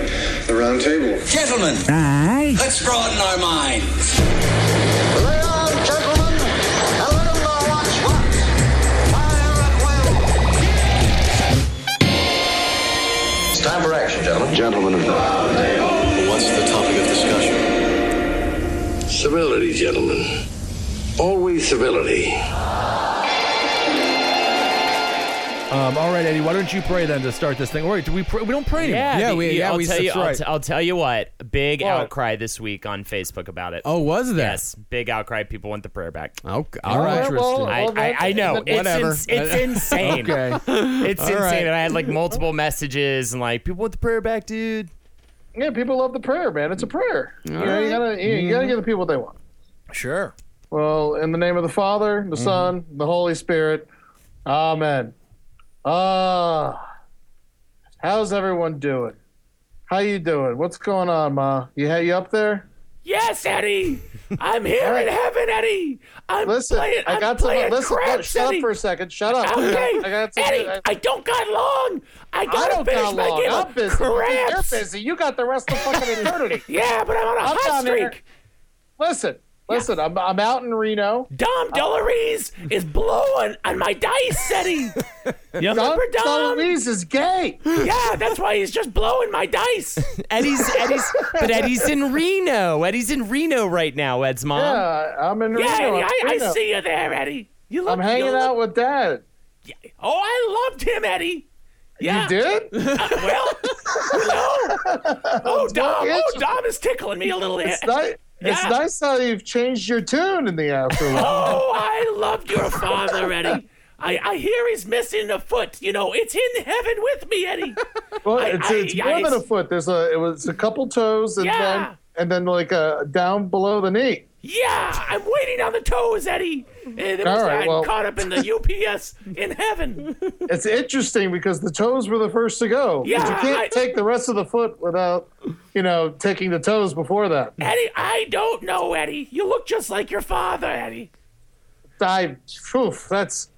the round table. Gentlemen, Aye. let's broaden our minds. Lay on, gentlemen, and let 'em know what's what. Fire at will. It's time for action, gentlemen. Gentlemen of What's the topic of discussion? Civility, gentlemen. Always civility. Um, all right, Eddie, why don't you pray then to start this thing? All right, do we pray? We don't pray anymore. Yeah, Yeah, the- we- yeah, I'll we- tell you, that's I'll, right. t- I'll tell you what. Big What? outcry this week on Facebook about it. Oh, was there? yes, big outcry. People want the prayer back. Oh, all right. Interesting. I, I, I know it's Whatever. ins- it's insane. Okay. It's insane. right. And I had like multiple messages and like people want the prayer back, dude. Yeah, people love the prayer, man. It's a prayer. You, know, you gotta you, you gotta give the people what they want. Sure. Well, in the name of the Father, the Son, the Holy Spirit. Amen. Ah, how's everyone doing? How you doing? What's going on, Ma? You you up there? Yes, Eddie. I'm here in heaven, Eddie. I'm Listen, playing. I I'm got some. playing Listen, look, craps, shut Eddie. up for a second. Shut up. Okay, I got some. Eddie. I, I, don't got long. I I gotta don't finish got my long. game I'm of busy. You're Craps. busy. You got the rest of fucking eternity. Yeah, but I'm on a I'm hot down here. streak. Listen, listen. I'm I'm out in Reno. Dom Delarese is blowing on my dice, Eddie. you remember Dom? Louise is gay. Yeah, Ah, that's why he's just blowing my dice. Eddie's Eddie's, but Eddie's in Reno. Eddie's in Reno right now. Ed's mom. Yeah, I'm in Yeah, Eddie, Reno. I'm I, I Reno. see you there, Eddie. You look, I'm hanging you look- out with Dad. Oh, I loved him, Eddie. Yeah. You did? Uh, well, no. Oh, Dom. Oh, itch. Dom is tickling me a little bit. It's, ni- it's Yeah. nice how you've changed your tune in the afterlife. Oh, I loved your father, Eddie. I, I hear he's missing a foot. You know, it's in heaven with me, Eddie. well, I- it's, I- it's I- more than a foot. There's a it was a couple toes and Yeah. then and then like uh down below the knee. Yeah, I'm waiting on the toes, Eddie. And it was, All right, I'm well- caught up in the UPS in heaven. It's interesting because the toes were the first to go. but you Yeah, can't I- take the rest of the foot without you know taking the toes before that. Eddie, I don't know, Eddie. You look just like your father, Eddie. I, oof, that's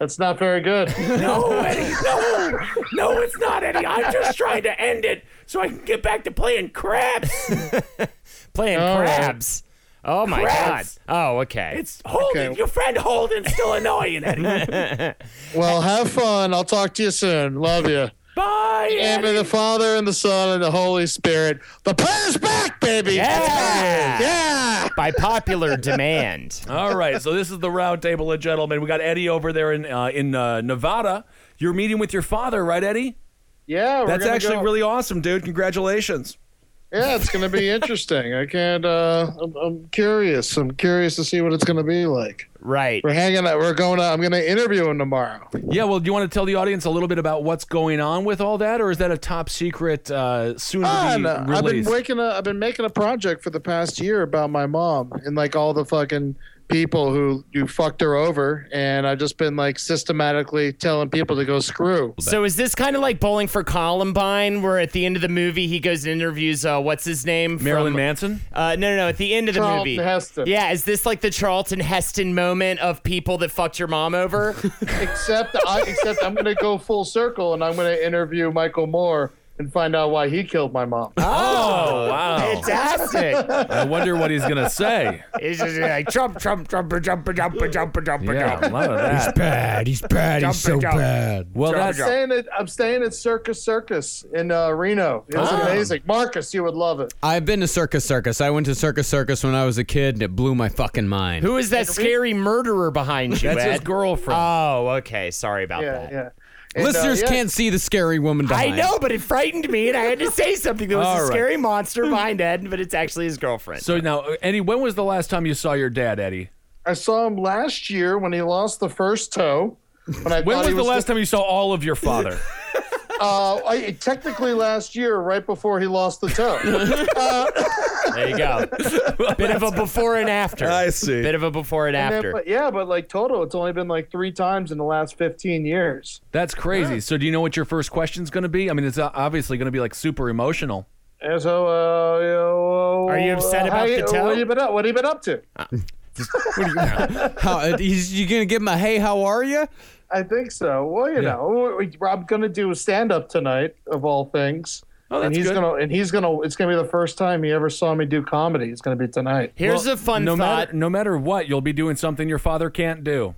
that's not very good. No, Eddie, no. No, it's not, Eddie. I'm just trying to end it so I can get back to playing craps. Playing All right. crabs. Oh my Crabs. god. Oh okay. It's Holden. Okay. Your friend Holden's still annoying, Eddie. Well, have fun. I'll talk to you soon. Love you. Bye, And Eddie. the Father and the Son and the Holy Spirit. The player's back, baby. Yeah. Yeah. By popular demand. All right, so this is the roundtable of gentlemen. We got Eddie over there in uh, in uh, Nevada. You're meeting with your father, right, Eddie? Yeah. we're That's gonna actually go- really awesome, dude. Congratulations. Yeah, it's gonna be interesting. I can't. Uh, I'm, I'm curious. I'm curious to see what it's gonna be like. Right. We're hanging out. We're going. out I'm gonna interview him tomorrow. Yeah, well, do you want to tell the audience a little bit about what's going on with all that, or is that a top secret uh, soon to Fun. be Ah, I've been released? making a. I've been making a project for the past year about my mom and like all the fucking people who you fucked her over, and I've just been like systematically telling people to go screw. So is this kind of like Bowling for Columbine, where at the end of the movie he goes and interviews uh, what's his name? Marilyn from- Manson. Uh, no, no, no. At the end of the Charlton movie. Heston. Yeah, is this like the Charlton Heston moment of people that fucked your mom over? except I, except I'm gonna go full circle and I'm gonna interview Michael Moore and find out why he killed my mom. Oh wow! Fantastic. I wonder what he's gonna say. it's just like Trump, Trump, Trumper, Jumper, Jumper, Jumper, Jumper, Yeah, Jumper. a lot of that. bad. He's bad. He's so bad. Well, I'm that's staying at I'm staying at Circus Circus in uh, Reno. It's amazing, Marcus. You would love it. I've been to Circus Circus. I went to Circus Circus when I was a kid, and it blew my fucking mind. Who is that scary murderer behind you? that's his Ed? girlfriend. Oh, okay. Sorry about Yeah, that. yeah. And, uh, Listeners yeah, can't see the scary woman I behind. know, but it frightened me, and I had to say something. There was All a right. scary monster behind Ed, but it's actually his girlfriend. so now, Eddie, when was the last time you saw your dad, Eddie? I saw him last year when he lost the first toe. When, I When thought was he the last time you saw all of your father? Uh, I, technically last year, right before he lost the toe. there you go. Bit of a before and after. I see. Bit of a before and And then- after. but yeah, but like total, it's only been like three times in the last 15 years. That's crazy. So, do you know what your first question's going to be? I mean, it's uh, obviously going to be like super emotional. And so, uh, you know, Are you upset uh, about how the you- toe? What have you been up? What have you been up to? How, uh, he's, you gonna give him a hey, how are you? I think so. Well, you know, we- I'm going to do stand up tonight of all things. Oh, that's and he's good. gonna and he's gonna it's gonna be the first time he ever saw me do comedy. It's gonna be tonight. Here's Well, a fun no thought. Matter, no matter what, you'll be doing something your father can't do.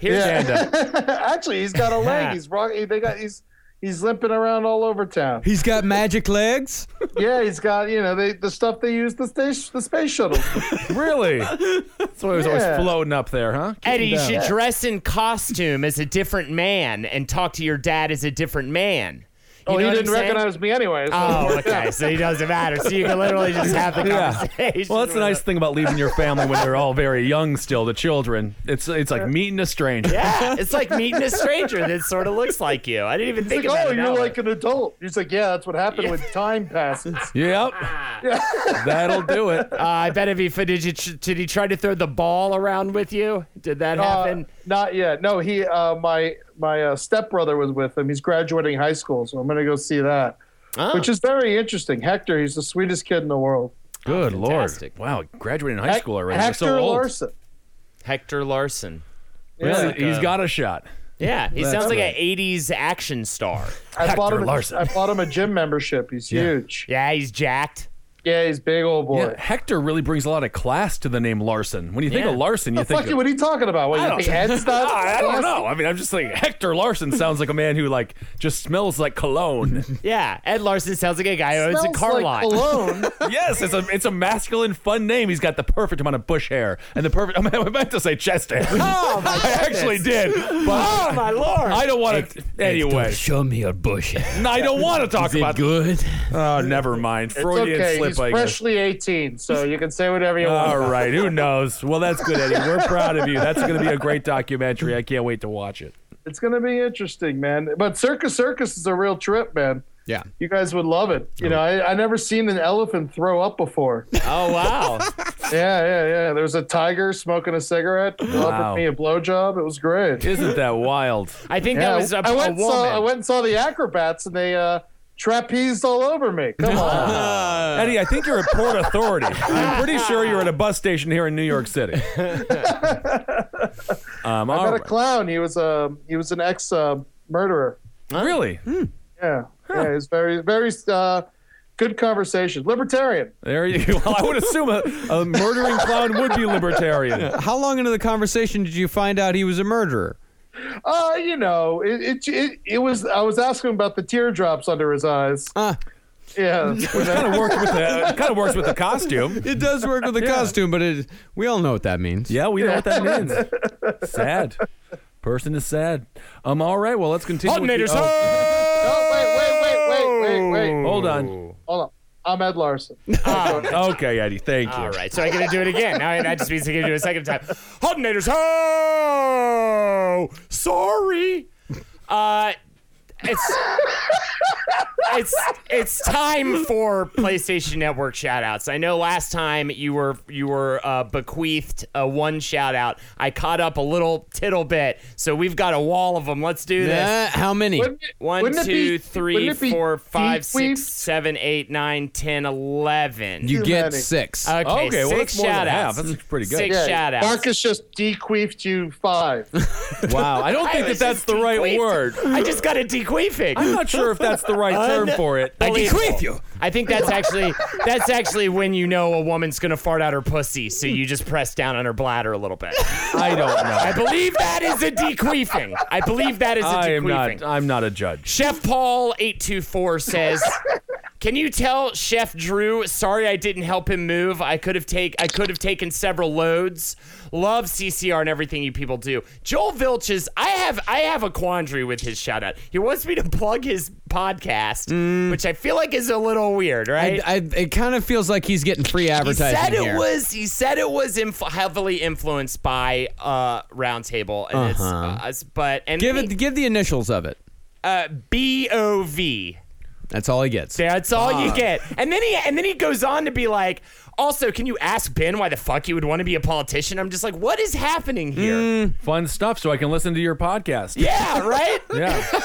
Here's Actually, he's got a leg. He's rock. They got he's he's limping around all over town. He's got magic legs. Yeah, he's got you know they, the stuff they use the space the space shuttle. really? That's why he was Yeah. always floating up there, huh? Eddie, you should dress in costume as a different man and talk to your dad as a different man. You Oh, he know what didn't I'm saying? recognize me anyway. so- Oh, okay. So he doesn't matter. So you can literally just have the Yeah. conversation. Well, that's the with nice thing about leaving your family when they're all very young still, the children. It's it's like meeting a stranger. Yeah, it's like meeting a stranger that sort of looks like you. I didn't even think He's about like, oh, it. you're that way. like an adult. He's like, yeah, that's what happened when time passes. Yep. That'll do it. Uh, I bet if he did, you, did he try to throw the ball around with you? Did that happen? Uh, not yet. No, he. Uh, my my uh, stepbrother was with him. He's graduating high school, so I'm gonna go see that, Oh. which is very interesting. Hector, he's the sweetest kid in the world. Good lord. fantastic. Wow, graduating high school already. You're Hector so old. Larson. Hector Larson. Really? Yeah. He's got a shot. Yeah, he sounds like an '80s action star. I bought Hector him. Larson. A, I bought him a gym membership. He's huge. Yeah, he's jacked. Yeah, he's big old boy. Yeah, Hector really brings a lot of class to the name Larson. When you think Yeah. of Larson, you What the think fuck? of, What are you talking about? What, you don't- think Ed's not? I don't know. I mean, I'm just saying Hector Larson sounds like a man who like just smells like cologne. Yeah, Ed Larson sounds like a guy who owns a Smells car like lot. Cologne. yes, it's a it's a masculine, fun name. He's got the perfect amount of bush hair and the perfect. I, mean, I meant to say chest hair. Oh my I actually did, but oh my lord! I don't want to. Anyway, Show me your bush. Is No, I don't want to talk it about. good? Oh, never mind. It's Freudian okay. slip. He's I guess. freshly 18, so you can say whatever you want. All right, who knows? Well, that's good, Eddie. We're proud of you. That's going to be a great documentary. I can't wait to watch it. It's gonna be interesting, man. But Circus Circus is a real trip, man. Yeah. You guys would love it. Oh. You know, I, I never seen an elephant throw up before. yeah, Oh wow! yeah, yeah. There was a tiger smoking a cigarette, Wow. offered me a blowjob. It was great. Isn't that wild? I think Yeah, that was a, I went a and woman. saw I went and saw the acrobats, and they uh, trapezed all over me. Come on. Uh, Eddie, I think you're a port authority. I'm pretty sure you're at a bus station here in New York City. um, all I met a right. clown. He was a he was an ex uh, murderer. really? Yeah, yeah. He's very very uh, good conversation. Libertarian. There you go. Well, I would assume a, a murdering clown would be libertarian. How long into the conversation did you find out he was a murderer? Uh, you know, it it, it it was. I was asking him about the teardrops under his eyes. Ah. Yeah, Kind of works with the kind of works with the costume. It does work with the costume, but it, we all know what that means. Yeah, we know what that means. Sad. Person is sad. Um. All right. Well, let's continue. with the- Alternators, oh, No, wait, wait, wait, wait, wait, wait. hold on. Hold on. I'm Ed Larson. Ah. Okay, Eddie. Thank you. All right, so I gotta do it again. Now that just means I gotta do it a second time. Holdenators, Oh, ho! Sorry. Uh, it's it's it's time for PlayStation Network shoutouts. I know last time you were you were uh, bequeathed a one shout out. I caught up a little tittle bit, so we've got a wall of them. Let's do this. Uh, how many? Wouldn't it- One, wouldn't it be- two, three, wouldn't it be four, five, deep-weaved? six, seven, eight, nine, ten, eleven. you too get many. six. Okay, Okay, well, six that's more than shout outs. half. That's pretty good. Six Yeah, shout outs. Marcus just dequeefed you five. Wow. I don't think that was that's just the right dequeefed. word. I just got a dequeefing. I'm not sure if that's the right term for it. dequeef you. I think that's actually that's actually when you know a woman's gonna fart out her pussy, so you just press down on her bladder a little bit. I don't know. I believe that is a dequeefing. I believe that is a I am dequeefing. not. I'm not a judge. Chef Paul eight two four says, "Can you tell Chef Drew? Sorry, I didn't help him move. I could have take I could have taken several loads. Love CCR and everything you people do. Joel Vilches, I have I have a quandary with his shout out. He wants me to plug his podcast, which I feel like is a little weird, right? Mm. I, I, it kind of feels like he's getting free advertising He said it here. was. He said it was inf- heavily influenced by uh, Roundtable, and it's uh, us- but and Uh-huh. give he- it. Give the initials of it. uh, B O V. That's all he gets. That's all you get. And then he and then he goes on to be like, also, can you ask Ben why the fuck you would want to be a politician? I'm just like, what is happening here? Mm. Fun stuff, so I can listen to your podcast. Yeah, right. Yeah. So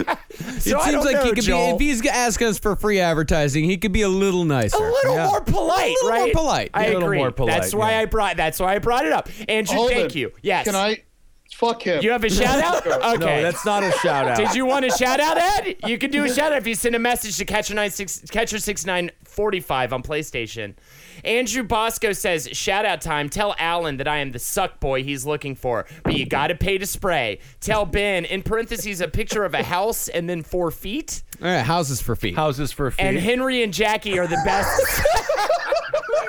I Seems don't like know, he could Joel. be. If he's asking us for free advertising, he could be a little nicer. a little more polite, A little more right? polite. I A little agree. more polite, That's why yeah. I brought. That's why I brought it up. Andrew, Hold thank it. you. Yes. Can I? Fuck him. You have a shout out? Okay. No, that's not a shout out. Did you want a shout out, Ed? You can do a shout out if you send a message to Catcher nine six Catcher six nine forty five on PlayStation. Andrew Bosco says, "Shout out time. Tell Alan that I am the suck boy he's looking for, but you gotta pay to spray. Tell Ben in parentheses a picture of a house and then four feet. All right, houses for feet. Houses for feet. And Henry and Jackie are the best,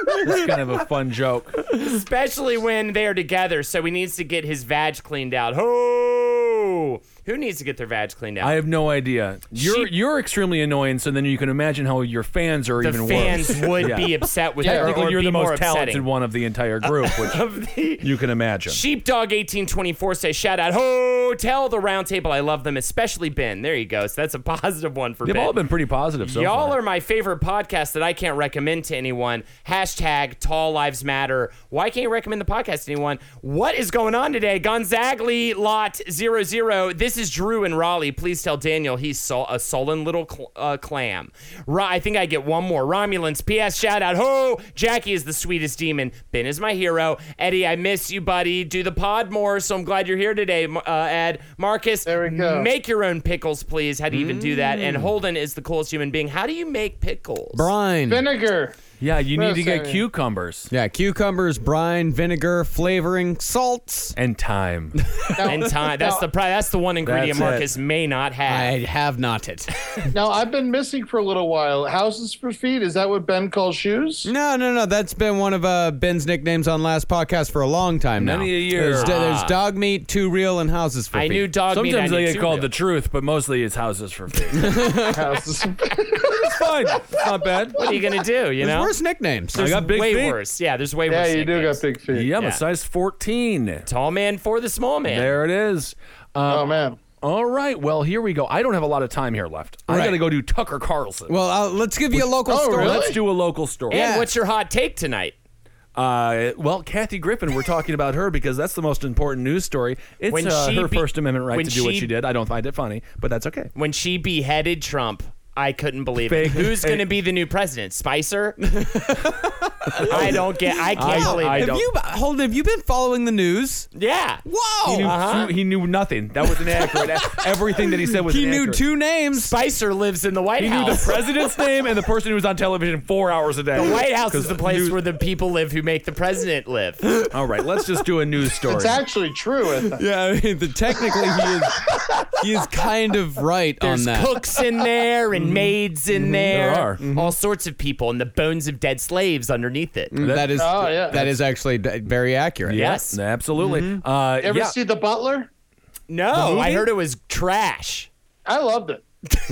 It's kind of a fun joke. especially when they are together. So he needs to get his vag cleaned out. Ho! Who needs to get their vag cleaned out? I have no idea. You're She- you're extremely annoying, so then you can imagine how your fans are the even fans worse. would Yeah. be upset with her, Technically, or you're be the more most talented upsetting. one of the entire group, which Of the- you can imagine. Sheepdog eighteen twenty four says, "Shout out hotel the round table. I love them, especially Ben. There you go. So that's a positive one for They've Ben. all been pretty positive so Y'all far. are my favorite podcast that I can't recommend to anyone. Hashtag Tall Lives Matter. Why can't you recommend the podcast to anyone? What is going on today? Gonzagli Lot 00. This is Drew and Raleigh. Please tell Daniel he's so, a sullen little cl- uh, clam. Ra- I think I get one more. Romulans, P.S. Shout out. Ho! Jackie is the sweetest demon. Ben is my hero. Eddie, I miss you, buddy. Do the pod more, so I'm glad you're here today, M- uh, Ed. Marcus, There we go. make your own pickles, please. How do you even do that? Mm. And Holden is the coolest human being. How do you make pickles? brine. Vinegar. yeah, you need to get Listen. cucumbers yeah, cucumbers, brine, vinegar, flavoring, salts. and time. and time. That's the pri- that's the one ingredient That's it. Marcus may not have. I have not it. Now I've been missing for a little while. Houses for feet. Is that what Ben calls shoes? No, no, no. That's been one of uh, Ben's nicknames on last podcast for a long time now. Many a year. Ah. There's, there's dog meat, two real, and houses for I feet. knew dog meat. Sometimes I they knew get too called real. the truth, but mostly it's houses for feet. Houses. it's fine. It's not bad. What are you gonna do? You There's know, worse nicknames. I got big way feet. worse. Yeah, there's way yeah, worse. you do nicknames. got big feet. Yeah, I'm Yeah. a size 14. tall man for the small man. There it is. Oh man. All right. Well, here we go. I don't have a lot of time here left. I Right. got to go do Tucker Carlson. Well, uh, let's give you a local Oh, story. really? Let's do a local story. And Yeah. what's your hot take tonight? Uh, well, Kathy Griffin, we're talking about her because that's the most important news story. It's When uh, she her be- First Amendment right when to do what she- she did. I don't find it funny, but that's okay. When she beheaded Trump, I couldn't believe Fake- it. Who's fake. gonna be the new president? Spicer? I don't get. I can't believe I it. have don't- you, Holden, have you been following the news? Yeah. Wow. Oh, He knew, uh-huh. he knew nothing. That was inaccurate. Everything that he said was He knew inaccurate. two names. Spicer lives in the White He knew House. the president's name and the person who was on television four hours a day. The White House is the place news- where the people live who make the president live. All right, let's just do a news story. It's actually true. I think. Yeah, I mean, the, technically he is he is kind of right on There's that. cooks in there and maids in there. Mm-hmm. are. Mm-hmm. All sorts of people and the bones of dead slaves underneath it. Mm-hmm. that is Oh, yeah. that is actually d- very accurate. Yeah, Yes. Mm-hmm. absolutely. Uh, Ever yeah, see The Butler? No, I heard it was trash. I loved it.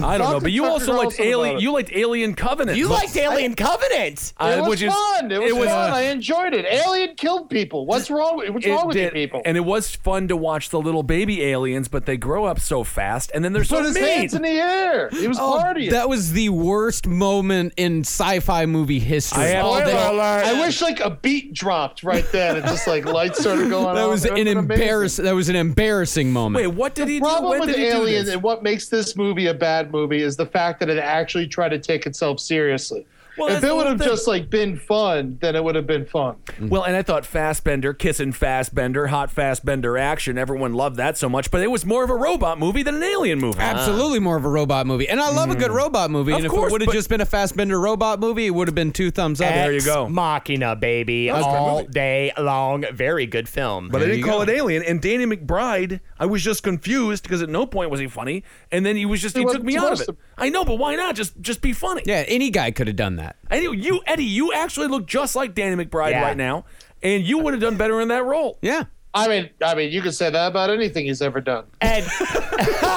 I don't know, Talk but to you Tucker also liked Carlson about Alien. it. You liked Alien Covenant. You liked Alien Covenant. Uh, It was which is- fun. It was, it was, fun. uh, I enjoyed it. Alien killed people. What's wrong? with- What's wrong with you did- people? And it was fun to watch the little baby aliens, but they grow up so fast, and then they're so put his mean. hands in the air. He was partying. Oh, That was the worst moment in sci-fi movie history. I have- All Spoiler that, I wish like a beat dropped right then and just like lights started going. that off. was It would've an been amazing. embarrass. That was an embarrassing moment. Wait, what did he do? Problem When with did he do Alien this? and what makes this movie a bad movie is the fact that it actually tried to take itself seriously. Well, if that's the it would have whole thing. just like been fun, then it would have been fun. Well, and I thought Fastbender, kissing Fastbender, hot Fastbender action. Everyone loved that so much, but it was more of a robot movie than an alien movie. Ah. Absolutely more of a robot movie, and I love a good robot movie. Hmm. Of and if course, it would have but- just been a Fastbender robot movie, it would have been two thumbs up. There you Ex go. Machina, baby. a great All movie. day long. Very good film. But I There didn't you call go. it Alien. And Danny McBride, I was just confused because at no point was he funny, and then he was just he, took wasn't me out of it. supposed I know, but why not just just be funny? Yeah, any guy could have done that. And you, you Eddie, you actually look just like Danny McBride Yeah. right now, and you would have done better in that role. Yeah. I mean, I mean, you could say that about anything he's ever done. Ed,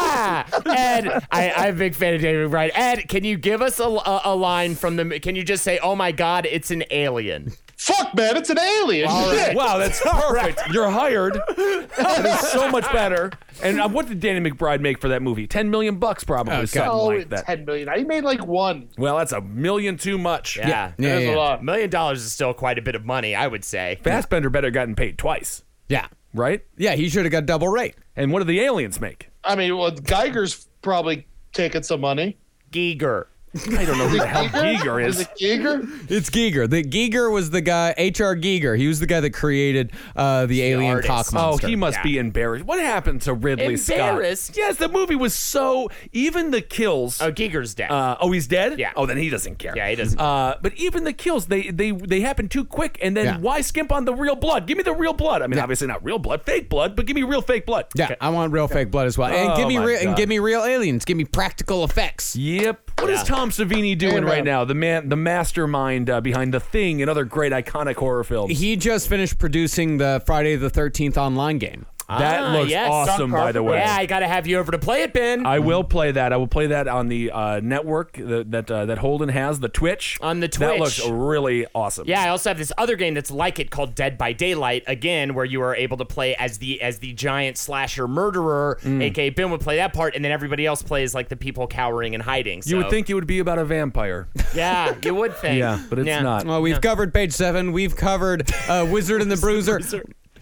Ed, I, I'm a big fan of David Wright. Ed, can you give us a, a, a line from the? Can you just say, "Oh my God, it's an alien"? Fuck, man, it's an alien. Shit. Wow, that's perfect. You're hired. That is so much better. And uh, what did Danny McBride make for that movie? Ten million bucks, probably Oh, something God. Oh, like that. ten million. I made like one. Well, that's a million too much. Yeah, Yeah, That's yeah. a lot. a million dollars is still quite a bit of money, I would say. Fassbender better gotten paid twice, Yeah. right? Yeah, he should have got double rate. And what do the aliens make? I mean, well, Geiger's probably taking some money. Giger. I don't know who the hell Giger is. it Giger? It's Giger. The Giger was the guy, H.R. Giger. He was the guy that created uh, the alien artist. cock Oh, monster. he must be embarrassed. What happened to Ridley Scott? Embarrassed? Yes, the movie was so. Even the kills. Oh, Giger's dead. Uh, oh, he's dead. Yeah. Oh, then he doesn't care. Yeah, he doesn't. Uh, but even the kills, they they they happen too quick. And then Yeah. why skimp on the real blood? Give me the real blood. I mean, obviously not real blood, fake blood, but give me real fake blood. yeah, I want real fake blood as well, and Oh give me my real and God. give me real aliens. Give me practical effects. Yep. What is Tom Savini doing Amen. right now? The man, the mastermind uh, behind The Thing and other great iconic horror films. He just finished producing the Friday the Thirteenth online game. that Ah, looks yes. awesome, by the way. yeah, I gotta have you over to play it, Ben. I will play that. I will play that on the uh, network that that, uh, that Holden has, the Twitch. On the That Twitch. looks really awesome. yeah, I also have this other game that's like it called Dead by Daylight again, where you are able to play as the as the giant slasher murderer, Mm. aka Ben would play that part, and then everybody else plays like the people cowering and hiding. So. You would think it would be about a vampire. yeah, you would think, yeah, but it's Yeah. not. Well, Uh, we've covered page seven. We've covered uh, Wizard and the Bruiser.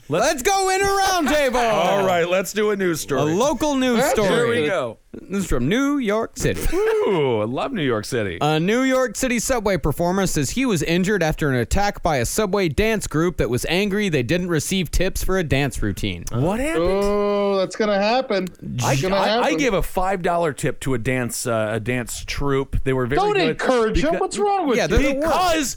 Let's, go in a roundtable. All right, let's do a news A story. local news story. Here we go. This is from New York City. Ooh, I love New York City. A New York City subway performer says he was injured after an attack by a subway dance group that was angry they didn't receive tips for a dance routine. what happened? Oh, that's gonna happen. I, It's gonna I- I happen. gave a five dollar tip to a dance uh, a dance troupe. They were very Don't good. encourage him. What's wrong with Yeah, you? they're the worst.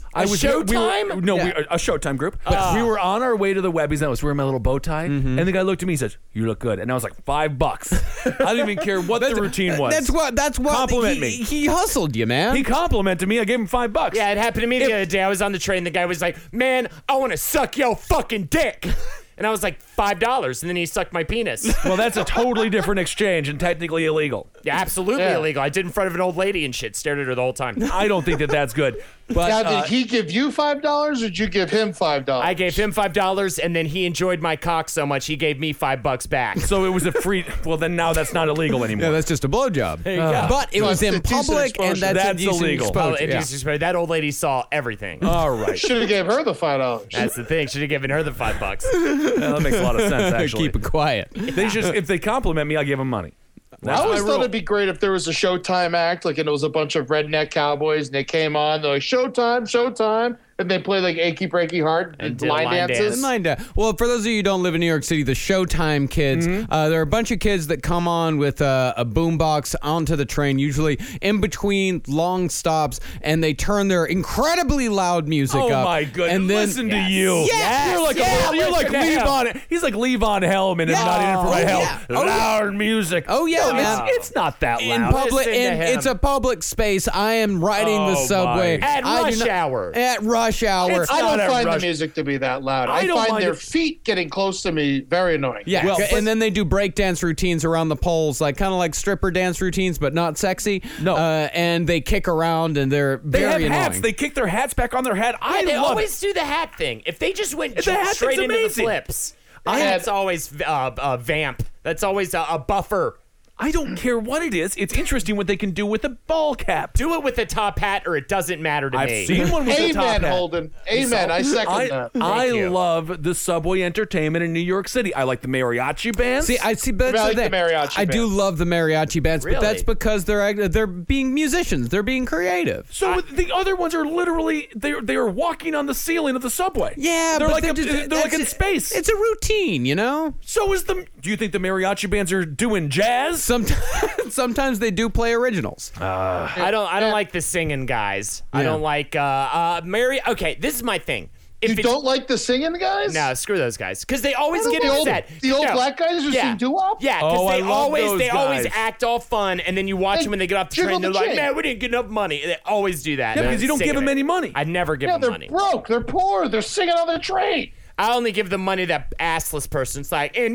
Because I was We were, Showtime? no, we, Yeah. a Showtime group. we were on our way to the Webbies, and I was wearing my little bow tie. And the guy looked at me and says, "You look good," and I was like, five bucks." I didn't even care what the routine was. That's what. That's what. Compliment he, me. He hustled you, man. He complimented me. I gave him five bucks. Yeah, it happened to me the other day. I was on the train. The guy was like, "Man, I want to suck your fucking dick," and I was like, five dollars. And then he sucked my penis. Well, that's a totally different exchange and technically illegal. yeah, absolutely Yeah. illegal. I did in front of an old lady and shit. Stared at her the whole time. I don't think that that's good. But Now, uh, did he give you five dollars, or did you give him five dollars? I gave him five dollars, and then he enjoyed my cock so much he gave me five bucks back. so it was a free. Well, then now that's not illegal anymore. yeah, that's just a blowjob. But it was in Constitution public, and exposure. that's, That's indecent illegal. exposure, Oh, and yeah. Jesus Christ, that old lady saw everything. All right, Should have gave her the five dollars. That's the thing. Should have given her the five bucks. Well, that makes a lot of sense. Actually, Keep it quiet. they just if they compliment me, I give them money. I That's always my thought rule. it'd be great if there was a Showtime act, like, and it was a bunch of redneck cowboys, and they came on, they're like, Showtime, Showtime, and they play like Achy Breaky Heart and did a line, line dances. Didn't mind that. Well, for those of you who don't live in New York City, the Showtime kids, Mm-hmm. uh, there are a bunch of kids that come on with uh, a boombox onto the train, usually in between long stops, and they turn their incredibly loud music Oh up. my goodness! And then, listen to you. Yes, you're like yeah, a, you're like listen to him. Levon. He's like Levon Helm, Yeah. and not in it for my Oh, help. yeah. Oh, yeah. loud music. Oh, yeah, No, man. it's, it's not that in loud. public, Listen to in, him. it's a public space. I am riding the Oh, subway my. At I do rush hour. At rush hour. It's I not don't a find rush- the music to be that loud. I I, don't find mind their it. feet getting close to me very annoying. yeah, Well, and then they do breakdance routines around the poles, like kind of like stripper dance routines, but not sexy. No. uh, and they kick around, and they're They very have annoying. hats. They kick their hats back on their head. I they love always do the hat thing. If they just went The hat straight thing's into amazing. the flips, I had- that's always uh, a vamp. That's always a, a buffer. I don't care what it is. It's interesting what they can do with a ball cap. Do it with a top hat, or it doesn't matter to I've me. seen one with a top Amen, hat. Holden. Amen. I second I, that. I you. love the subway entertainment in New York City. I like the mariachi bands. See, I see, but I that's like the the thing. mariachi I do bands. love the mariachi bands, but Really? that's because they're act- they're being musicians, they're being creative. so the other ones are literally they are they are walking on the ceiling of the subway. Yeah, they're but like they're, a- just- they're like that's- in space. It's a routine, you know. so is the. Do you think the mariachi bands are doing jazz? Sometimes, sometimes they do play originals. I don't. I don't like the singing guys. I Yeah. don't like uh, uh, Mary. Okay, this is my thing. If You it's- don't like the singing guys? No, screw those guys because they always don't get know. The old- upset. the old No. black guys who sing doo-wop? Yeah, because Oh, I they love always those they always guys. act all fun, and then you watch They them when they get off the jiggle train. They're the like, chain. man, we didn't get enough money. They always do that. Yeah, and because I'm you don't sick give of them it. any money. I never give Yeah, them they're money. broke. They're poor. They're singing on the train. I only give the money that assless person's like, in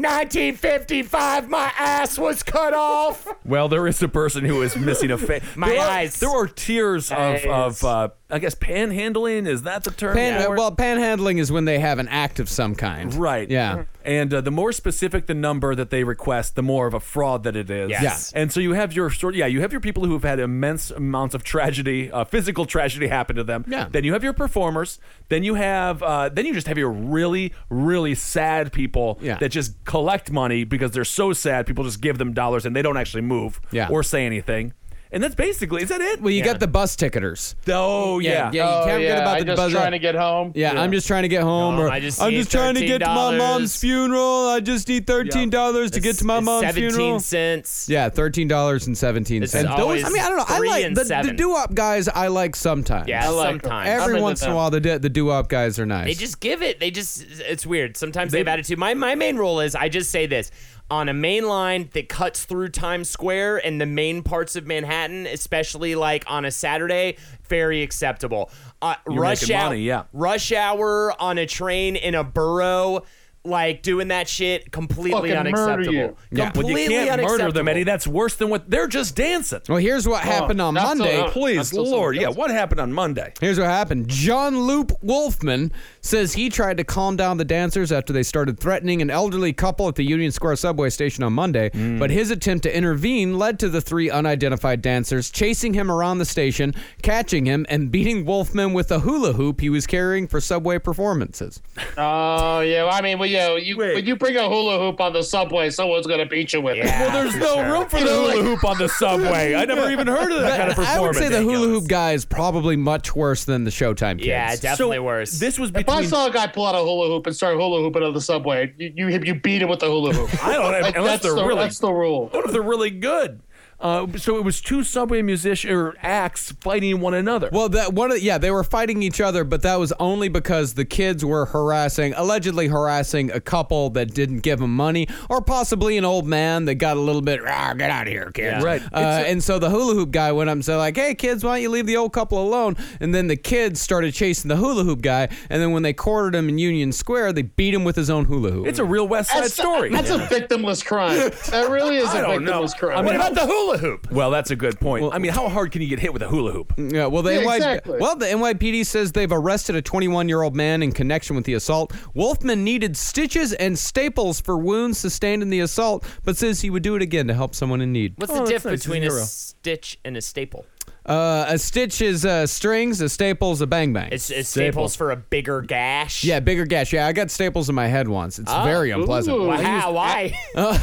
1955, my ass was cut off. Well, there is a person who is missing a face. My there eyes. Are, there are tiers of, Eyes. of uh, I guess panhandling is that the term? Pan- uh, for it? Well, panhandling is when they have an act of some kind. Right. Yeah. And uh, the more specific the number that they request, the more of a fraud that it is. Yes. And so you have your sort. Yeah, you have your people who have had immense amounts of tragedy, uh, physical tragedy happen to them. Yeah. Then you have your performers. Then you have. Uh, then you just have your really, really sad people Yeah. that just collect money because they're so sad. People just give them dollars and they don't actually move Yeah. or say anything. And that's basically is that it? Well, you got the bus ticketers. Oh Yeah, yeah. yeah, you Oh, can't yeah, forget about I'm the just buzzer. trying to get home. yeah, I'm just trying to get home, No, or I just I'm need just trying to get to my mom's $13. funeral. I just need thirteen dollars to get to my It's mom's 17 funeral. cents. Yeah, thirteen dollars and seventeen This cents. is always I mean, I don't know. I three like and the, the seven. doo-wop guys. I like sometimes. Yeah, sometimes. Every into once in a them. while, the di- the doo-wop guys are nice. They just give it. They just it's weird. Sometimes they, have attitude. My my main rule is I just say this on a main line that cuts through Times Square and the main parts of Manhattan, especially like on a Saturday, very acceptable. Uh, rush making hour, money, yeah. rush hour on a train in a borough. Like doing that shit completely Fucking murder unacceptable. you. Yeah. Well, Completely you can't unacceptable. murder them, Eddie. That's worse than what they're just dancing. well, here's what happened on that's Monday. Oh, all right. I'm Please, still Lord. something Yeah, else. what happened on Monday? Here's what happened. John Loop Wolfman says he tried to calm down the dancers after they started threatening an elderly couple at the Union Square subway station on Monday, Mm. but his attempt to intervene led to the three unidentified dancers chasing him around the station, catching him, and beating Wolfman with a hula hoop he was carrying for subway performances. Oh yeah, well, I mean, well, yeah, you when you bring a hula hoop on the subway, someone's gonna beat you with it. Well, there's no room for the hula hoop on the subway. I never even heard of that kind of I would performance. say the hula Ridiculous. hoop guy is probably much worse than the Showtime kids. Yeah, definitely so worse. This was If I between. saw a guy pull out a hula hoop and start hula hooping on the subway, you you, you beat him with the hula hoop. I don't know, Like, unless that's they're the, really that's the rule. What if they're really good? Uh, so it was two subway musician or acts fighting one another. Well, that one of the, yeah, they were fighting each other, but that was only because the kids were harassing, allegedly harassing a couple that didn't give them money, or possibly an old man that got a little bit "Rah, get out of here, kids. Right. Uh, and so the hula hoop guy went up and said like, "Hey kids, why don't you leave the old couple alone?" And then the kids started chasing the hula hoop guy, and then when they cornered him in Union Square, they beat him with his own hula hoop. it's a real West Side That's- Story. That's a victimless crime. That really is a I don't know. victimless crime. I mean, What about the hula hoop? Well, that's a good point. I mean, how hard can you get hit with a hula hoop? Yeah, well, the Yeah, NY- exactly. well, the NYPD says they've arrested a 21-year-old man in connection with the assault. Wolfman needed stitches and staples for wounds sustained in the assault, but says he would do it again to help someone in need. What's Oh, the that's diff nice. He's a between a hero. stitch and a staple? Uh, a stitch is uh, strings, a staple is a bang bang. It's, it's staples for a bigger gash. yeah, bigger gash. Yeah, I got staples in my head once. It's very unpleasant. Ooh. Wow, why? Oh,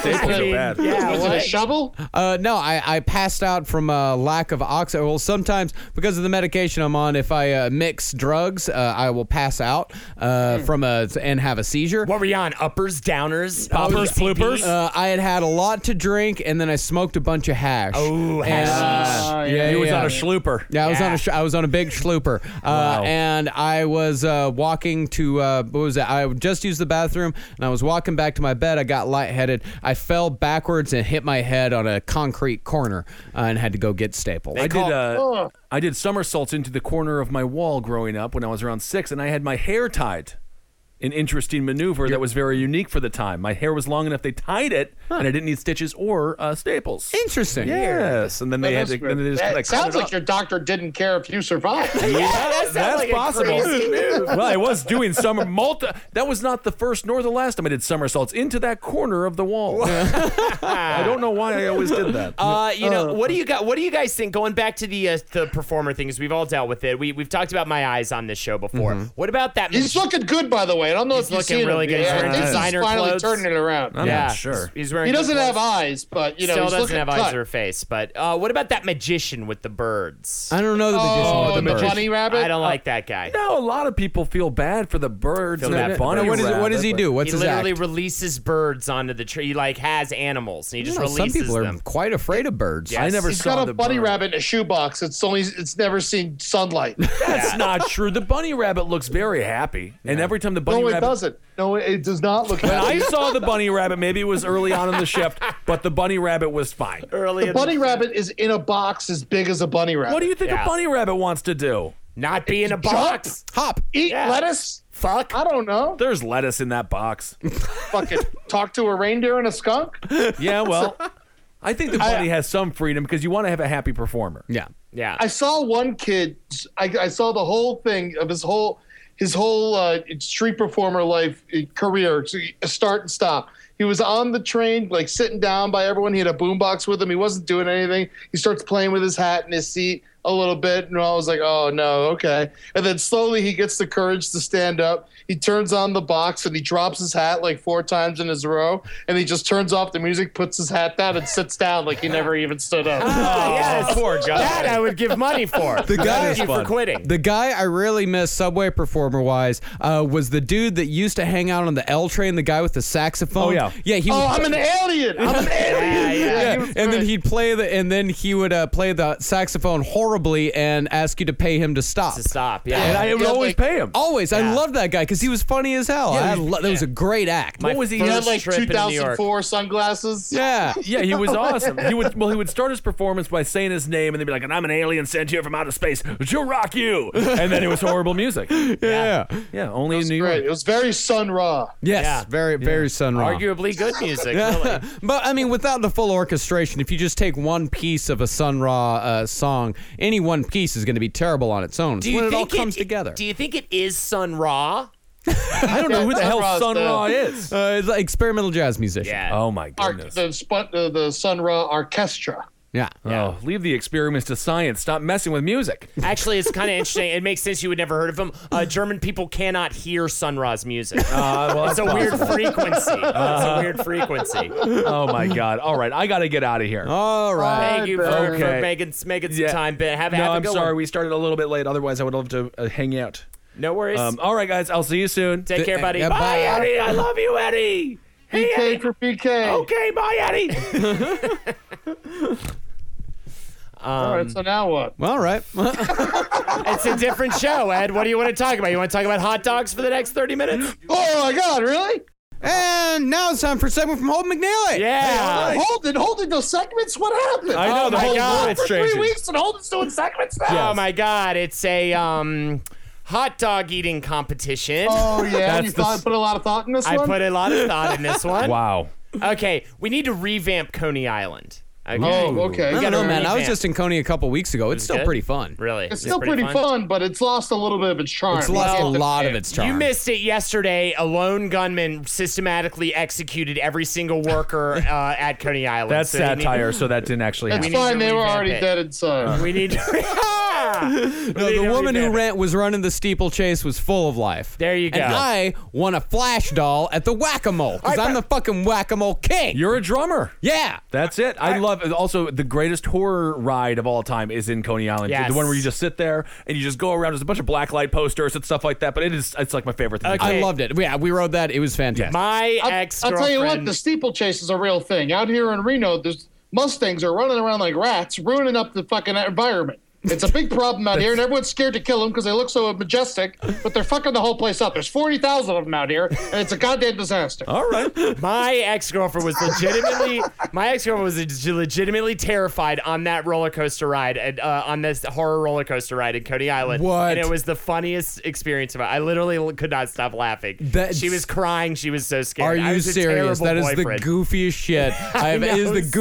staples I are mean, bad. Yeah, was it a what? shovel? Uh, no, I, I passed out from uh, lack of oxygen. Well, sometimes because of the medication I'm on, if I uh, mix drugs, uh, I will pass out uh, from a and have a seizure. What were you on? Uppers, downers, Oh, Poppers, PCPs? bloopers? Uh, I had had a lot to drink, and then I smoked a bunch of hash. Ooh, And, hashish. uh, yeah, Oh, He yeah, was yeah. on a schlooper. Yeah, I was on Yeah. a sh- I was on a big schlooper, uh, and I was uh, walking to uh, what was it? I just used the bathroom, and I was walking back to my bed. I got lightheaded. I fell backwards and hit my head on a concrete corner, uh, and had to go get staples. I did. Uh, I did somersaults into the corner of my wall growing up when I was around six, and I had my hair tied. An interesting maneuver that was very unique for the time. My hair was long enough; they tied it, and I didn't need stitches or uh, staples. Interesting. Yes, and then they had to. Then they just That kinda cut sounds it like off. your doctor didn't care if you survived. that sounds That's like a possible. crazy move. well, I was doing summer multi. That was not the first nor the last time I did somersaults into that corner of the wall. I don't know why I always did that. Uh, you know, what do you got? What do you guys think? Going back to the uh, the performer things, we've all dealt with it. We we've talked about my eyes on this show before. Mm-hmm. What about that? He's looking good, by the way. I don't know if He's you've looking seen really him. good. He's Yeah, I wearing think he's designer finally clothes. turning it around. I'm yeah, not sure. He's wearing. He doesn't good have clothes. eyes, but you know Still he's doesn't looking have cut. eyes or a face. But uh, what about that magician with the birds? I don't know the magician. Oh, with the the bird. bunny rabbit. Uh, I don't like that guy. Now a lot of people feel bad for the birds Feel and bad that for bunny the What, is, rabbit. what does he do? What's he his literally act? releases birds onto the tree. He like has animals, and he You just know, some releases people are them. quite afraid of birds. Yes. I never He's saw got a the bunny bird. rabbit in a shoebox. It's only it's never seen sunlight. That's not true. The bunny rabbit looks very happy, and every time the bunny no, it rabbit. doesn't. No, it does not look. When I happy. saw the bunny rabbit, maybe it was early on in the shift, but the bunny rabbit was fine. Early The in bunny rabbit is in a box as big as a bunny rabbit. What do you think Yeah. a bunny rabbit wants to do? not be in a box. Hop. eat Yeah. lettuce? Fuck. I don't know. There's lettuce in that box. Fucking talk to a reindeer and a skunk. Yeah, well, I think the bunny has some freedom because you want to have a happy performer. Yeah. Yeah. I saw one kid. I, I saw the whole thing of his whole his whole uh, street performer life uh, career so he- start and stop. He was on the train, like sitting down by everyone. He had a boombox with him. He wasn't doing anything. He starts playing with his hat in his seat a little bit, and I was like, "Oh no, okay." And then slowly he gets the courage to stand up. He turns on the box and he drops his hat like four times in his row, and he just turns off the music, puts his hat down, and sits down like he never even stood up. Oh, yes. poor guy. That I would give money for. The guy Thank is you for fun. quitting. The guy I really miss subway performer wise uh, was the dude that used to hang out on the L train, the guy with the saxophone. Oh, yeah. yeah. He Oh, was, I'm an alien! I'm an alien! yeah. yeah, he was and then great. he'd play the and then he would uh, play the saxophone horribly and ask you to pay him to stop. to stop. Yeah. and I would Yeah, always like- oh. pay him. Always, I loved that guy because he was funny as hell. I lo- that was a great act. My What was he- He first had like trip into New York. 2004 sunglasses. yeah, Yeah, he was awesome. He would well, he would start his performance by saying his name, and they'd be like, "And I'm an alien sent here from outer space to rock you," and then it was horrible music. yeah, Yeah, only in New York. Great. It was very Sun Ra. yes, Yeah. very, very sun ra. Arguably good music. Really. but I mean, without the full orchestration, if you just take one piece of a Sun Ra uh, song, any one piece is going to be terrible on its own. It's when it all think comes together. Do you think it is Sun Ra? I don't know who the Sun hell Ra's Sun the- Ra is. uh, it's like experimental jazz musician. Yeah. Oh my Ar- goodness. the, spun- uh, the Sun Ra Orchestra. Yeah. Oh, leave the experiments to science. Stop messing with music. Actually, it's kind of interesting. It makes sense you would never heard of him. Uh, German people cannot hear Sun Ra's music. Uh, well, Uh. it's a weird frequency. It's a weird frequency. oh my God. All right, I gotta get out of here. All right. Thank you for, Okay. for making, making some Yeah. time, Ben. Have, no, have a I'm good sorry. one. We started a little bit late. Otherwise, I would love to uh, hang out. No worries. Um, all right, guys. I'll see you soon. Take care, buddy. Yeah, bye. Bye, Eddie. I love you, Eddie. Hey, Eddie. PK for PK. Okay, bye, Eddie. All right, so now what? Well, all right. it's a different show, Ed. What do you want to talk about? You want to talk about hot dogs for the next 30 minutes? Oh my God! Really? and now it's time for a segment from Holden McNally. Yeah. Holden, Holden, those segments. What happened? I know Oh the my whole God. world's For three changing. weeks, and Holden's doing segments now. Oh my God! It's a um, hot dog eating competition. Oh yeah, and That's you the thought, s- put a lot of thought in this I one. put a lot of thought in this one. Wow. Okay, we need to revamp Coney Island. Okay. oh okay. I don't know, gotta man. I was revamp. just in Coney a couple weeks ago. It's still good? pretty fun. Really? It's still pretty, fun. but it's lost a little bit of its charm. It's lost a lot of its charm. You missed it yesterday. A lone gunman systematically executed every single worker uh, at Coney Island. That's So you need- satire. So that didn't actually It's happen. fine. need to They were revamp already it. dead inside. We need. to No, the woman who ran. ran, was running the steeplechase was full of life. There you go. And I won a flash doll at the whack a mole because All right, I'm the but- fucking whack a mole king. You're a drummer. yeah. That's it. I, love also the greatest horror ride of all time is in Coney Island. Yes. The one where you just sit there and you just go around. There's a bunch of black light posters and stuff like that. But it is it's like my favorite thing. to Okay. I loved it. Yeah, we rode that. It was fantastic. My I'll, ex I'll girlfriend. tell you what, the steeplechase is a real thing. Out here in Reno, there's Mustangs are running around like rats, ruining up the fucking environment. It's a big problem out here, and everyone's scared to kill them because they look so majestic, but they're fucking the whole place up. There's 40,000 of them out here, and it's a goddamn disaster. do. All right. My ex girlfriend was legitimately my ex girlfriend was leg- legitimately terrified on that roller coaster ride and uh, on this horror roller coaster ride in Coney Island. And What? it was the funniest experience of my. I literally l- could not stop laughing. That's- she was crying. She was so scared. Are I you was a serious? terrible That is boyfriend. the goofiest shit. I have, it is know, the it's so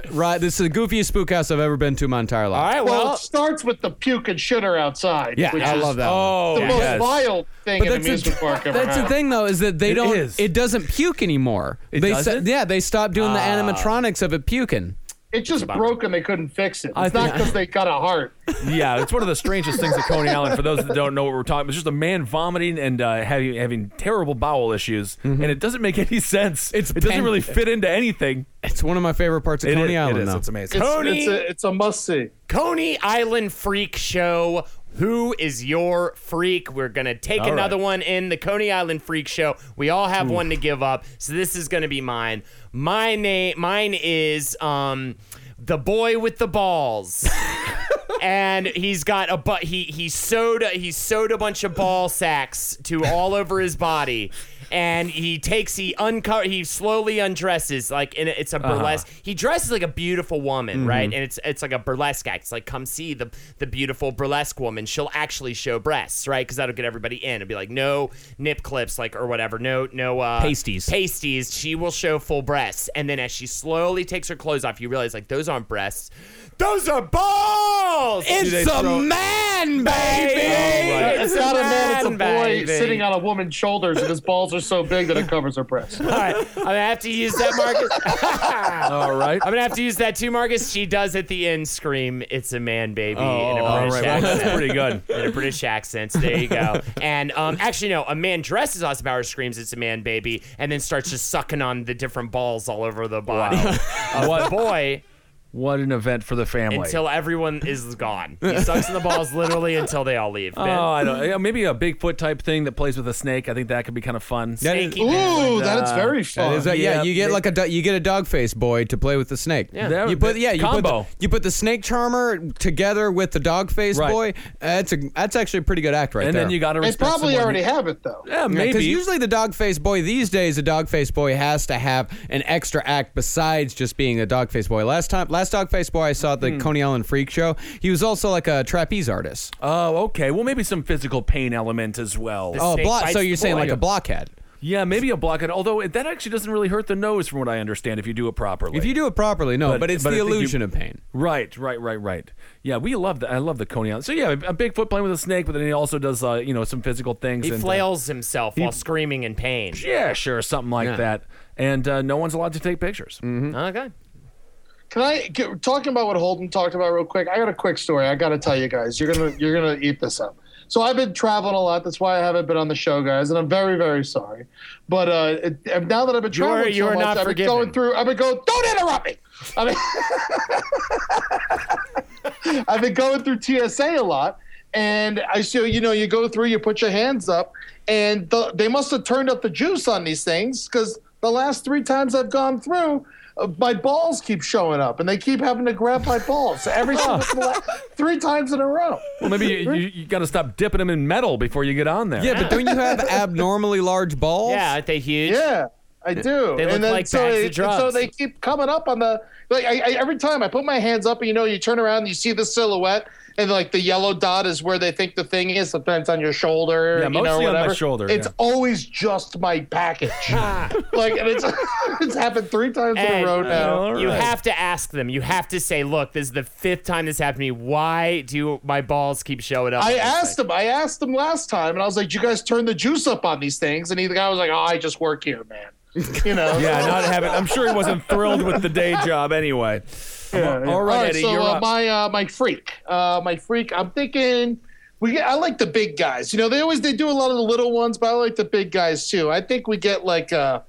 goofiest funny. ride. This is the goofiest spook house I've ever been to in my entire life. All right. Well, Well. it starts with the puke and shitter outside. Yeah, which I is love that. one. Oh, The most yes. vile thing in the- amusement park ever. that's the had. thing though is that they It don't is. it doesn't puke anymore. It Ah. they doesn't? yeah, they stopped doing the animatronics of it puking. It just broke and they couldn't fix it. It's not because they got a heart. yeah, it's one of the strangest things at Coney Island. For those that don't know what we're talking, it's just a man vomiting and uh, having having terrible bowel issues, and it doesn't make any sense. It's it doesn't pen- really fit into anything. It's one of my favorite parts of It Coney is- Island it is. though. It's amazing. It's, Tony- it's a, it's a must see. Coney Island Freak Show. Who is your freak? We're going to take All another right. one in the Coney Island Freak Show. We all have one to give up. So this is going to be mine. My name mine is um the boy with the balls. and he's got a but he he sewed a, he sewed a bunch of ball sacks to all over his body and he takes he uncover he slowly undresses like in a, it's a burlesque he dresses like a beautiful woman right and it's it's like a burlesque act it's like come see the the beautiful burlesque woman she'll actually show breasts right because that'll get everybody in it'd be like no nip clips like or whatever no no uh Pasties. pasties she will show full breasts and then as she slowly takes her clothes off you realize like those aren't breasts those are balls oh It's a man. man, baby. Alright. It's not a man, it's a Man, boy baby. sitting on a woman's shoulders, and his balls are so big that it covers her breasts. All right, I'm gonna have to use that, Marcus. All right. I'm gonna have to use that too, Marcus. She does at the end scream, "It's a man, baby!" in a Oh, all British right. Well, accent. that's pretty good. in a British accent. So there you go. And um, actually, no, a man dresses Austin Powers, screams, "It's a man, baby!" and then starts just sucking on the different balls all over the body of the What- boy What an event for the family. until everyone is gone. He sucks in the balls literally until they all leave. Ben. oh, I don't. yeah, Maybe a Bigfoot type thing that plays with a snake. I think that could be kind of fun. That is- Thank you, Ben. Ooh, that is very that fun. is a- yeah, Yeah, you get they- like a do- you get a dog face boy to play with the snake. That- you put yeah you combo. put the, you put the snake charmer together with the dog face Right. boy. That's a that's actually a pretty good act right and there. then you got to. they probably already have it though. Yeah, maybe. Because usually the dog face boy these days, a dog face boy has to have an extra act besides just being a dog face boy. Last time, last dog face boy I saw at Hmm. the Coney Island Freak Show, he was also like a trapeze artist. oh, okay. Well, maybe some physical pain element as well. oh, snake block. bites So the you're saying boy. like a blockhead? Yeah, maybe a blockhead. Although it- that actually doesn't really hurt the nose, from what I understand, if you do it properly. If you do it properly, no, but, But- it's but the I think you- illusion of pain. Right, right, right, right. Yeah, we love that. I love the Coney Island. So yeah, a Bigfoot playing with a snake, but then he also does, uh, you know, some physical things. He and, uh, flails himself while screaming in pain. yeah, sure, something like that. And uh, no one's allowed to take pictures. Mm. Mm-hmm. Okay. Can I get, talking about what Holden talked about real quick? I got a quick story. I got to tell you guys. You're gonna you're gonna eat this up. So I've been traveling a lot. That's why I haven't been on the show, guys, and I'm very very sorry. But uh, it, and now that I've been You are- traveling, you so are much, not I've been forgiven. going through. I've been going. Don't interrupt me. I mean, I've been going through TSA a lot, and I so you know you go through, you put your hands up, and the, they must have turned up the juice on these things because the last three times I've gone through, uh, my balls keep showing up, and they keep having to grab my balls every single la- three times in a row. Well, maybe you, you, you got to stop dipping them in metal before you get on there. Yeah, but don't you have abnormally large balls? Yeah, aren't they huge? Yeah, I do. They look like bags of it- and so drugs. they keep coming up on the like. I, I, every time I put my hands up, and you know, you turn around, and you see the silhouette, and like the yellow dot is where they think the thing is. Sometimes on your shoulder. Yeah, you know, mostly on my whatever. shoulder, It's yeah. always just my package. like, and it's it's happened three times in Eh, And a row now. You have to ask them. You have to say, "Look, this is the fifth time this happened to me. Why do my balls keep showing up?" I asked him. I asked him last time, and I was like, "Do you guys turn the juice up on these things?" And he, the guy was like, "Oh, I just work here, man." You know. Yeah, not having. I'm sure he wasn't thrilled with the day job anyway. All right, Eddie, so you're uh, up. my uh, my freak, uh, my freak. I'm thinking we. Get, I like the big guys. You know, they always they do a lot of the little ones, but I like the big guys too. I think we get like a,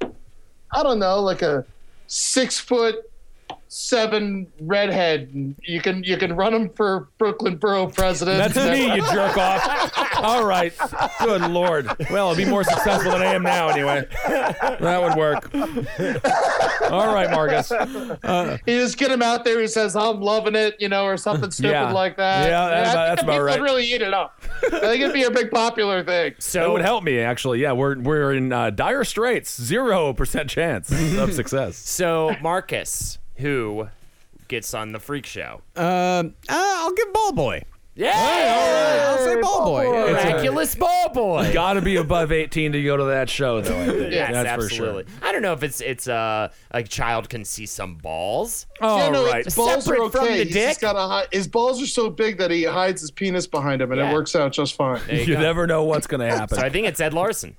I don't know, like a six foot seven redhead. and You can you can run him for Brooklyn Borough president. That's me, you jerk off. All right. Good lord. Well, I'll be more successful than I am now anyway. That would work. All right, Marcus. You just get him out there. He says, "I'm loving it," you know, or something stupid Yeah. like that. Yeah, that's about- I think that's the about people right. Really eat it up. I think it'd be a big popular thing. That So would help me actually. Yeah, we're we're in uh, dire straits. Zero percent chance of success. So Marcus, who gets on the freak show? Um, uh, I'll give ball boy. Yeah, I'll say ball, boy. It's- miraculous ball boy. Got to be above 18 to go to that show, though. I think. Yes, that's absolutely. for sure. I don't know if it's it's uh, a child can see some balls. All right. Yeah, no, his balls Separate are from the okay. He's just dick? gotta hi- his balls are so big that he hides his penis behind him, and Yeah. it works out just fine. you never know what's going to happen. So I think it's Ed Larson.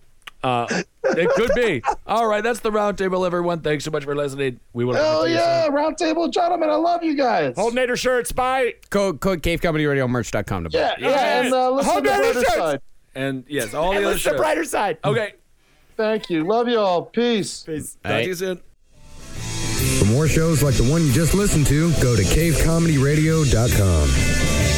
It could be. All right, that's the roundtable, everyone. Thanks so much for listening. We will. Hell yeah, roundtable gentlemen, I love you guys. Nader shirts, bye. Go, go Cave Comedy Radio merch.com to buy. yeah, yeah, and uh, listen Hold to on to Brother shirts. Side. And yes, all the And other it's the shows. brighter side. Okay. Thank you, love you all, peace. Talk to you soon. For more shows like the one you just listened to, go to cavecomedy.radio.com.